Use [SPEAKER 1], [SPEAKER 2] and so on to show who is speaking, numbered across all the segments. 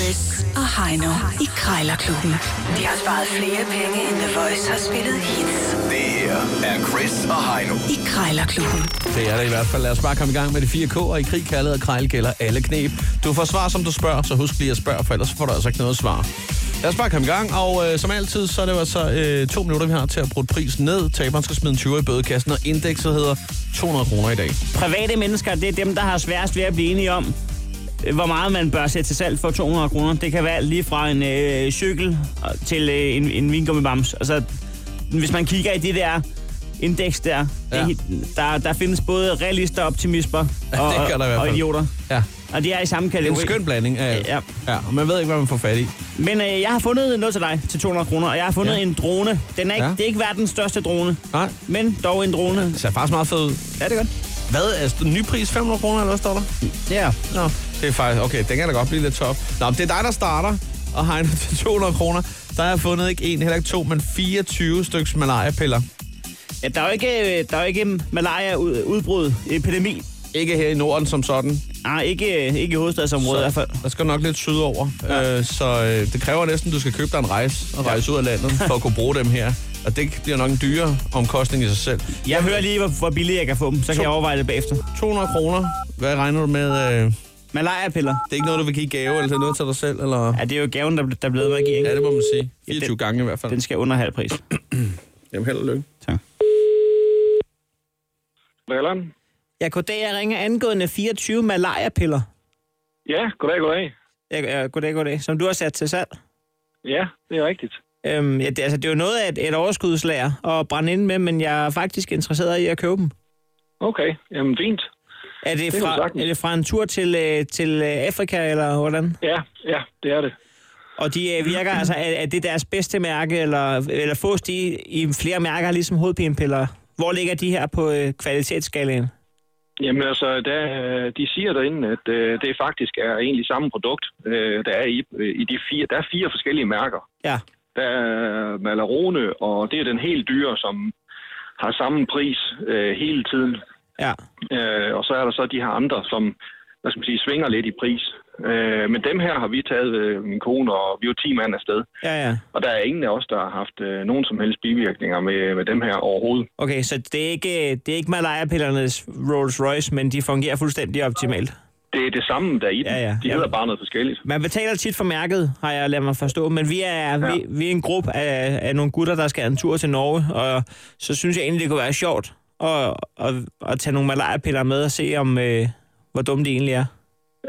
[SPEAKER 1] Chris og Heino i Krejlerklubben. De har sparet flere penge, end The Voice har spillet hits
[SPEAKER 2] Det her er Chris og Heino.
[SPEAKER 1] i Krejlerklubben.
[SPEAKER 3] Det er det i hvert fald. Lad os bare komme i gang med de fire K'er. I krig, kaldet og krejl gælder alle knep. Du får svar, som du spørger, så husk lige at spørge, for ellers får du altså ikke noget svar. Lad os bare komme i gang, og øh, som altid, så er det jo altså øh, to minutter, vi har til at bruge prisen ned. Taberen skal smide en 20 i bødekassen, og indekset hedder 200 kroner i dag.
[SPEAKER 4] Private mennesker, det er dem, der har sværest ved at blive enige om, øh, hvor meget man bør sætte til salg for 200 kroner. Det kan være alt lige fra en øh, cykel og- til øh, en, en vingummibams. Altså, hvis man kigger i det der indeks der,
[SPEAKER 3] Ja.
[SPEAKER 4] ja. det, der, der findes både realister, optimister
[SPEAKER 3] Ja,
[SPEAKER 4] og,
[SPEAKER 3] det gør der i hvert
[SPEAKER 4] og
[SPEAKER 3] fald.
[SPEAKER 4] idioter.
[SPEAKER 3] Ja,
[SPEAKER 4] Og de er i samme
[SPEAKER 3] det er
[SPEAKER 4] kategori.
[SPEAKER 3] en skøn blanding af...
[SPEAKER 4] Ja.
[SPEAKER 3] ja og man ved ikke, hvad man får fat i.
[SPEAKER 4] Men øh, jeg har fundet noget til dig til 200 kroner, og jeg har fundet
[SPEAKER 3] Ja.
[SPEAKER 4] ja. en drone. Den er
[SPEAKER 3] Ja.
[SPEAKER 4] ikke, ja. Det er ikke verdens største drone,
[SPEAKER 3] Nej,
[SPEAKER 4] men dog en drone.
[SPEAKER 3] det ser faktisk meget fedt ud.
[SPEAKER 4] Ja, det er godt.
[SPEAKER 3] Hvad er st- ny pris? 500 kroner, eller hvad står der?
[SPEAKER 4] Ja.
[SPEAKER 3] Nå, det er faktisk... Okay, den kan da godt blive lidt top. Nå, men det er dig, der starter og hegner til 200 kroner. Der har jeg fundet ikke en, heller ikke to, men 24 styks malariapiller.
[SPEAKER 4] ja der er jo ikke, øh, der er jo ikke malaria-udbrud, epidemi.
[SPEAKER 3] Ikke her i Norden som sådan.
[SPEAKER 4] Nej, ikke, øh, ikke i hovedstadsområdet i hvert fald.
[SPEAKER 3] der skal nok lidt sydover. Ja. Øh, så øh, det kræver næsten, at du skal købe dig en rejse og rejse ud af landet for at kunne bruge dem her. Og det bliver nok en dyre omkostning i sig selv.
[SPEAKER 4] Jeg hører lige, hvor, hvor billigt jeg kan få dem, så kan jeg overveje det bagefter.
[SPEAKER 3] 200 kroner. Hvad regner du med? Øh, det
[SPEAKER 4] Malaria-piller.
[SPEAKER 3] er ikke noget, du vil give i gave, eller det er noget til dig selv? Eller?
[SPEAKER 4] Ja, det er jo gaven, der, bl- der er blevet ved at give,
[SPEAKER 3] Ja,
[SPEAKER 4] ikke?
[SPEAKER 3] det må man sige.
[SPEAKER 4] Ja,
[SPEAKER 3] 24
[SPEAKER 4] den-
[SPEAKER 3] gange i hvert fald.
[SPEAKER 4] Den skal under halv pris.
[SPEAKER 3] Jamen, held og lykke.
[SPEAKER 4] Tak.
[SPEAKER 5] Brilleren?
[SPEAKER 4] Ja, goddag, jeg ringer angående 24 malaria-piller.
[SPEAKER 5] Ja, goddag, goddag.
[SPEAKER 4] Ja, ja, goddag, goddag. Som du har sat til salg.
[SPEAKER 5] Ja, det er rigtigt.
[SPEAKER 4] Øhm, ja, det, altså, det er jo noget af et, et overskudslager at brænde ind med, men jeg er faktisk interesseret i at købe dem.
[SPEAKER 5] Okay, jamen fint.
[SPEAKER 4] Er det,
[SPEAKER 5] kan du
[SPEAKER 4] fra,
[SPEAKER 5] sagtens.
[SPEAKER 4] er det fra en tur til, øh, til øh, Afrika, eller hvordan?
[SPEAKER 5] Ja, ja, det er det.
[SPEAKER 4] Og de øh, virker altså, er, er det deres bedste mærke, eller, eller fås de i flere mærker, ligesom hovedpinepiller? Hvor ligger de her på øh, kvalitetsskalaen?
[SPEAKER 5] Jamen altså, der, øh, de siger derinde, at øh, det faktisk er egentlig samme produkt, øh, der er i, øh, i de fire. Der er fire forskellige mærker.
[SPEAKER 4] Ja,
[SPEAKER 5] Der er Malarone, og det er den helt dyre, som har samme pris øh, hele tiden.
[SPEAKER 4] ja.
[SPEAKER 5] Øh, og så er der så de her andre, som hvad skal man sige, svinger lidt i pris. Øh, men dem her har vi taget, øh, min kone, og vi er jo 10 mand afsted.
[SPEAKER 4] Ja, ja.
[SPEAKER 5] Og der er ingen af os, der har haft øh, nogen som helst bivirkninger med, med dem her overhovedet.
[SPEAKER 4] Okay, så det er ikke, øh, det er ikke Malaya-pillernes Rolls Royce, men de fungerer fuldstændig optimalt.
[SPEAKER 5] Det er det samme, der er i dem.
[SPEAKER 4] Ja, ja.
[SPEAKER 5] De hedder
[SPEAKER 4] Ja.
[SPEAKER 5] bare noget forskelligt.
[SPEAKER 4] Man betaler tit for mærket, har jeg ladet mig forstå, men vi er, ja. vi, vi er en gruppe af, af nogle gutter, der skal en tur til Norge, og så synes jeg egentlig, det kunne være sjovt at, at, at tage nogle Malaya-piller med og se, om øh, hvor dumme de egentlig er.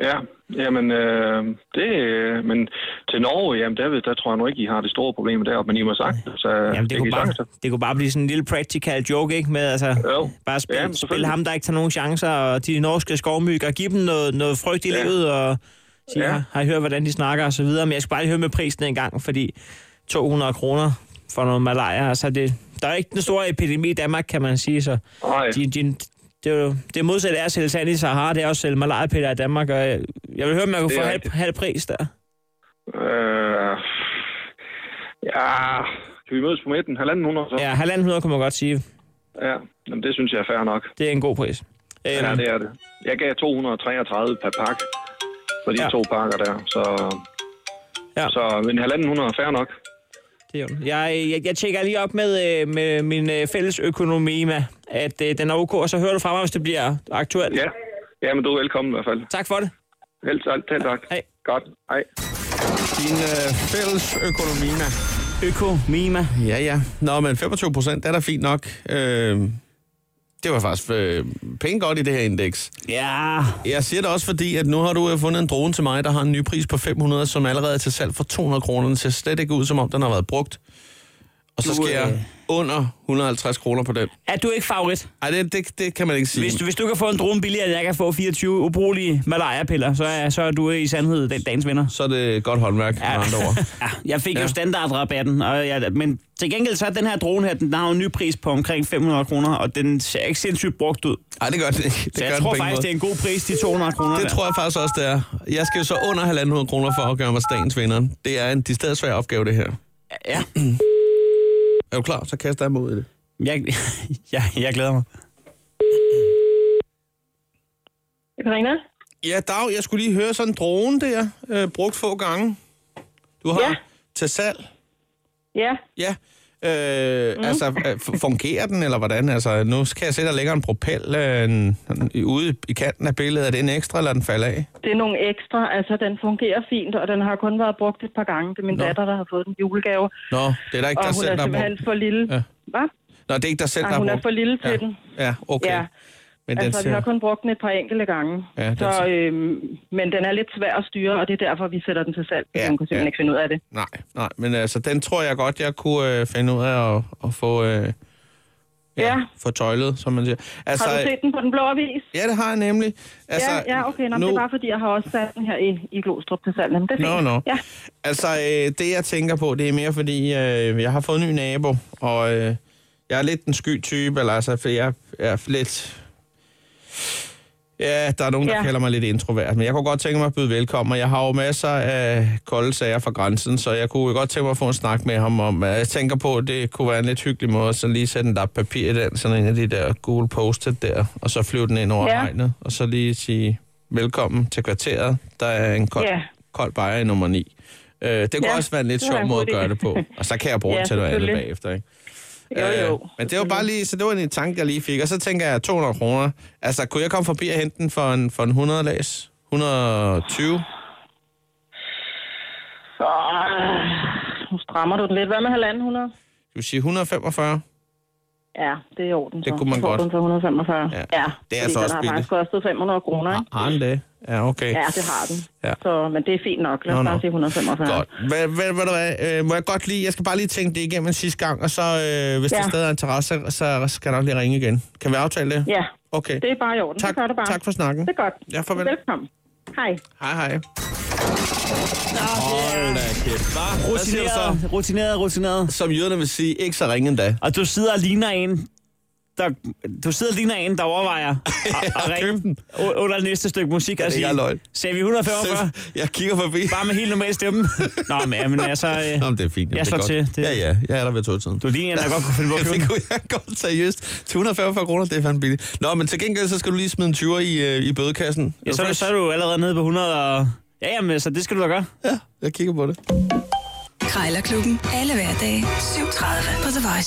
[SPEAKER 5] Ja, jamen, øh, det, øh, men til Norge, jamen, der, ved- der tror jeg nu ikke, I har det store problem deroppe, men I må sagt, så
[SPEAKER 4] Jamen, det,
[SPEAKER 5] kan
[SPEAKER 4] kunne
[SPEAKER 5] I
[SPEAKER 4] bare,
[SPEAKER 5] sagtens.
[SPEAKER 4] det kunne bare blive sådan en lille practical joke, ikke? Med altså,
[SPEAKER 5] Jo.
[SPEAKER 4] bare spille,
[SPEAKER 5] Ja,
[SPEAKER 4] ja,
[SPEAKER 5] men
[SPEAKER 4] spille
[SPEAKER 5] selvfølgelig.
[SPEAKER 4] ham, der ikke tager nogen chancer, og de norske skovmyger, give dem noget, noget frygt i ja.
[SPEAKER 5] Ja.
[SPEAKER 4] livet, og sige,
[SPEAKER 5] Ja.
[SPEAKER 4] ja. har I hørt, hvordan de snakker, og så videre. Men jeg skal bare lige høre med prisen en gang, fordi 200 kroner for noget malaria, altså det, der er ikke den store epidemi i Danmark, kan man sige, så
[SPEAKER 5] Nej,
[SPEAKER 4] de, de, det, er jo, det modsatte er at sælge sand i Sahara, det er også at sælge malaria i Danmark, og jeg, jeg vil høre, om jeg kunne
[SPEAKER 5] Det
[SPEAKER 4] få
[SPEAKER 5] er
[SPEAKER 4] halv,
[SPEAKER 5] rigtigt.
[SPEAKER 4] halv pris der.
[SPEAKER 5] øh, ja, kan vi mødes på midten? Halvanden hundrede så?
[SPEAKER 4] Ja, halvanden hundrede kunne man godt sige,
[SPEAKER 5] ja. Jamen, det synes jeg er fair nok.
[SPEAKER 4] det er en god pris.
[SPEAKER 5] Ja, det er det. Jeg gav 233 per pakke for de
[SPEAKER 4] Ja.
[SPEAKER 5] ja. to pakker der, så...
[SPEAKER 4] Ja.
[SPEAKER 5] Ja. Så men halvanden hundrede er fair nok.
[SPEAKER 4] Det er jo- jeg, jeg, jeg tjekker lige op med, øh, med min øh, fælles økonomi, med, at øh, den er ok, og så hører du fra mig, hvis det bliver aktuelt.
[SPEAKER 5] Ja, ja men du er velkommen i hvert fald.
[SPEAKER 4] Tak for det.
[SPEAKER 5] Helt tak. Helt tak.
[SPEAKER 4] Hej.
[SPEAKER 5] Godt. Hej.
[SPEAKER 3] Din øh, fælles økonomi, mand.
[SPEAKER 4] Øko, Mima.
[SPEAKER 3] Ja, ja. Nå, men 25 procent, det er da fint nok. Øh, det var faktisk øh, pænt godt i det her indeks.
[SPEAKER 4] Ja,
[SPEAKER 3] Jeg siger det også fordi, at nu har du øh, fundet en drone til mig, der har en ny pris på 500, som allerede er til salg for 200 kroner. Den ser slet ikke ud, som om den har været brugt. Og så
[SPEAKER 4] Du,
[SPEAKER 3] skal
[SPEAKER 4] øh,
[SPEAKER 3] jeg under 150 kroner på den.
[SPEAKER 4] er du ikke favorit?
[SPEAKER 3] Ej, det, det, det kan man ikke sige.
[SPEAKER 4] Hvis, du- hvis du kan få en drone billigere, end jeg kan få 24 ubrugelige malaria-piller, så er, så er du i sandhed den dagens vinder.
[SPEAKER 3] Så er det godt håndværk, ja. med andre ord.
[SPEAKER 4] ja, jeg fik ja.
[SPEAKER 3] Ja.
[SPEAKER 4] jo standardrabatten, og jeg, men til gengæld så er den her drone her, den har jo en ny pris på omkring 500 kroner, og den ser ikke sindssygt brugt ud.
[SPEAKER 3] Ej, det gør det ikke. Det
[SPEAKER 4] Så
[SPEAKER 3] gør
[SPEAKER 4] jeg
[SPEAKER 3] den
[SPEAKER 4] tror
[SPEAKER 3] på ingen
[SPEAKER 4] faktisk,
[SPEAKER 3] måde.
[SPEAKER 4] det er en god pris, de 200 kroner.
[SPEAKER 3] Det
[SPEAKER 4] der.
[SPEAKER 3] tror jeg faktisk også, det er. Jeg skal jo så under 1.500 kroner for at gøre mig dagens vinder. Det er en decideret svær opgave, det her.
[SPEAKER 4] Ja.
[SPEAKER 3] Er du klar? Så kaster jeg mig ud i det.
[SPEAKER 4] Jeg, jeg, jeg glæder mig.
[SPEAKER 6] Karina?
[SPEAKER 3] Ja, Dag, jeg skulle lige høre sådan en drone der, øh, brugt få gange. Du har
[SPEAKER 6] Ja.
[SPEAKER 3] til salg.
[SPEAKER 6] Ja,
[SPEAKER 3] Ja. Øh, mm. Altså, øh, fu- fungerer den, eller hvordan? Altså, nu kan jeg se, der ligger en propel øh, en- en- ude i kanten af billedet. Er det en ekstra, eller den falder af?
[SPEAKER 6] det er nogle ekstra. Altså, den fungerer fint, og den har kun været brugt et par gange. Det er min
[SPEAKER 3] Nå.
[SPEAKER 6] Nå. datter, der har fået den i julegave.
[SPEAKER 3] Nå, det er der ikke
[SPEAKER 6] Og
[SPEAKER 3] dig
[SPEAKER 6] hun
[SPEAKER 3] selv,
[SPEAKER 6] er
[SPEAKER 3] der har
[SPEAKER 6] simpelthen
[SPEAKER 3] brugt.
[SPEAKER 6] for lille.
[SPEAKER 3] Ja.
[SPEAKER 6] Ja. Hvad?
[SPEAKER 3] Nå, det er ikke dig selv,
[SPEAKER 6] Nej,
[SPEAKER 3] der har
[SPEAKER 6] hun er
[SPEAKER 3] brugt.
[SPEAKER 6] for lille til
[SPEAKER 3] ja.
[SPEAKER 6] den.
[SPEAKER 3] Ja, okay.
[SPEAKER 6] Ja.
[SPEAKER 3] Men
[SPEAKER 6] Altså, vi har kun brugt den et par enkelte gange.
[SPEAKER 3] Ja, den
[SPEAKER 6] så,
[SPEAKER 3] ser-
[SPEAKER 6] øhm, men den er lidt svær at styre, og det er derfor, vi sætter den til salg.
[SPEAKER 3] Ja,
[SPEAKER 6] Ja, hun kan simpelthen
[SPEAKER 3] ja.
[SPEAKER 6] ja. ikke finde ud af det.
[SPEAKER 3] Nej, nej, men altså, den tror jeg godt, jeg kunne øh, finde ud af at, at få, øh,
[SPEAKER 6] Ja.
[SPEAKER 3] få tøjlet, som man siger. Altså,
[SPEAKER 6] Har du set den på den blå avis?
[SPEAKER 3] Ja, det har jeg nemlig. Altså,
[SPEAKER 6] ja, ja, okay. Nå,
[SPEAKER 3] nu,
[SPEAKER 6] nu... Det er bare fordi, jeg har også sat den her i, i Glostrup til salg. Men det er
[SPEAKER 3] Nå,
[SPEAKER 6] fint.
[SPEAKER 3] nå.
[SPEAKER 6] Ja.
[SPEAKER 3] Altså, øh, det jeg tænker på, det er mere fordi, øh, jeg har fået en ny nabo, og øh, jeg er lidt en sky type, eller altså, for jeg er lidt... Ja, der er nogen, der
[SPEAKER 6] Ja.
[SPEAKER 3] kalder mig lidt introvert, men jeg kunne godt tænke mig at byde velkommen, og jeg har jo masser af kolde sager fra grænsen, så jeg kunne jo godt tænke mig at få en snak med ham om, øh, jeg tænker på, at det kunne være en lidt hyggelig måde, at sådan lige sætte en lap papir i den, sådan en af de der gule post der, og så flyve den ind over
[SPEAKER 6] Ja.
[SPEAKER 3] hegnet, og så lige sige velkommen til kvarteret, der er en kold,
[SPEAKER 6] Ja.
[SPEAKER 3] kold bajer i nummer 9. Øh, det kunne
[SPEAKER 6] Ja,
[SPEAKER 3] også være en lidt
[SPEAKER 6] det var
[SPEAKER 3] sjov
[SPEAKER 6] en
[SPEAKER 3] måde at
[SPEAKER 6] god idé.
[SPEAKER 3] gøre det på. Og så kan jeg bruge
[SPEAKER 6] Ja,
[SPEAKER 3] det til noget andet
[SPEAKER 6] selvfølgelig.
[SPEAKER 3] bagefter, ikke?
[SPEAKER 6] Jo, jo.
[SPEAKER 3] Øh, men det var bare
[SPEAKER 6] Selvfølgelig.
[SPEAKER 3] lige, så det var en tanke, jeg lige fik. Og så tænker jeg, 200 kroner. Altså, kunne jeg komme forbi og hente den for en, for en 100 læs? 120?
[SPEAKER 6] Så, øh, nu strammer du den lidt. Hvad med halvanden 100?
[SPEAKER 3] Du sige 145?
[SPEAKER 6] Ja, det er i orden.
[SPEAKER 3] Det
[SPEAKER 6] så.
[SPEAKER 3] kunne man
[SPEAKER 6] Så får
[SPEAKER 3] godt.
[SPEAKER 6] du Den for 145.
[SPEAKER 3] Ja. Det
[SPEAKER 6] Ja,
[SPEAKER 3] er
[SPEAKER 6] fordi
[SPEAKER 3] altså også
[SPEAKER 6] den har
[SPEAKER 3] billigt.
[SPEAKER 6] faktisk kostet 500 kroner, ikke?
[SPEAKER 3] Har han det? Ja, okay.
[SPEAKER 6] Ja, det har den.
[SPEAKER 3] Ja.
[SPEAKER 6] Så, men det er fint nok. Lad
[SPEAKER 3] Nå,
[SPEAKER 6] os
[SPEAKER 3] nå.
[SPEAKER 6] bare sige 145.
[SPEAKER 3] Godt. Hvad, hvad, hvad, hvad, øh, må jeg godt lige, jeg skal bare lige tænke det igennem en sidste gang, og så øh, hvis ja.
[SPEAKER 6] Ja.
[SPEAKER 3] der stadig er interesse, så skal jeg nok lige ringe igen. Kan vi aftale det?
[SPEAKER 6] Ja,
[SPEAKER 3] Okay.
[SPEAKER 6] det er bare i orden.
[SPEAKER 3] Tak,
[SPEAKER 6] det gør det bare.
[SPEAKER 3] tak for snakken.
[SPEAKER 6] Det er godt.
[SPEAKER 3] Ja, farvel.
[SPEAKER 6] Velkommen. Hej.
[SPEAKER 3] Hej, hej. Hold da kæft, hva'? Hvad siger du så?
[SPEAKER 4] Rutineret, rutineret, rutineret.
[SPEAKER 3] Som jøderne vil sige, ikke så ringe endda.
[SPEAKER 4] Og du sidder og ligner en, der, du sidder og ligner en, der overvejer at, at
[SPEAKER 3] købe
[SPEAKER 4] ringe
[SPEAKER 3] den.
[SPEAKER 4] u- under næste stykke musik og
[SPEAKER 3] ikke
[SPEAKER 4] sige,
[SPEAKER 3] er løgn.
[SPEAKER 4] sagde vi 145?
[SPEAKER 3] Jeg kigger forbi.
[SPEAKER 4] Bare med helt normal stemme. Nå, men, ja, men altså, øh,
[SPEAKER 3] Nå, men det er fint.
[SPEAKER 4] Jeg
[SPEAKER 3] det er
[SPEAKER 4] slår
[SPEAKER 3] godt.
[SPEAKER 4] til. Det-
[SPEAKER 3] Ja, ja. Jeg er der ved togtiden.
[SPEAKER 4] du ligner en, der godt kunne finde på at købe
[SPEAKER 3] det
[SPEAKER 4] den.
[SPEAKER 3] kunne jeg godt seriøst. 245 kroner, det er fandme billigt. Nå, men til gengæld, så skal du lige smide en 20'er i, øh, i bødekassen.
[SPEAKER 4] Ja, så, er du-
[SPEAKER 3] Først-
[SPEAKER 4] så er du allerede nede på 100 og... Ja, jamen, så det skal du da gøre.
[SPEAKER 3] Ja, jeg kigger på det.
[SPEAKER 1] Krejlerklubben. Alle hverdage. 7.30 på The Voice.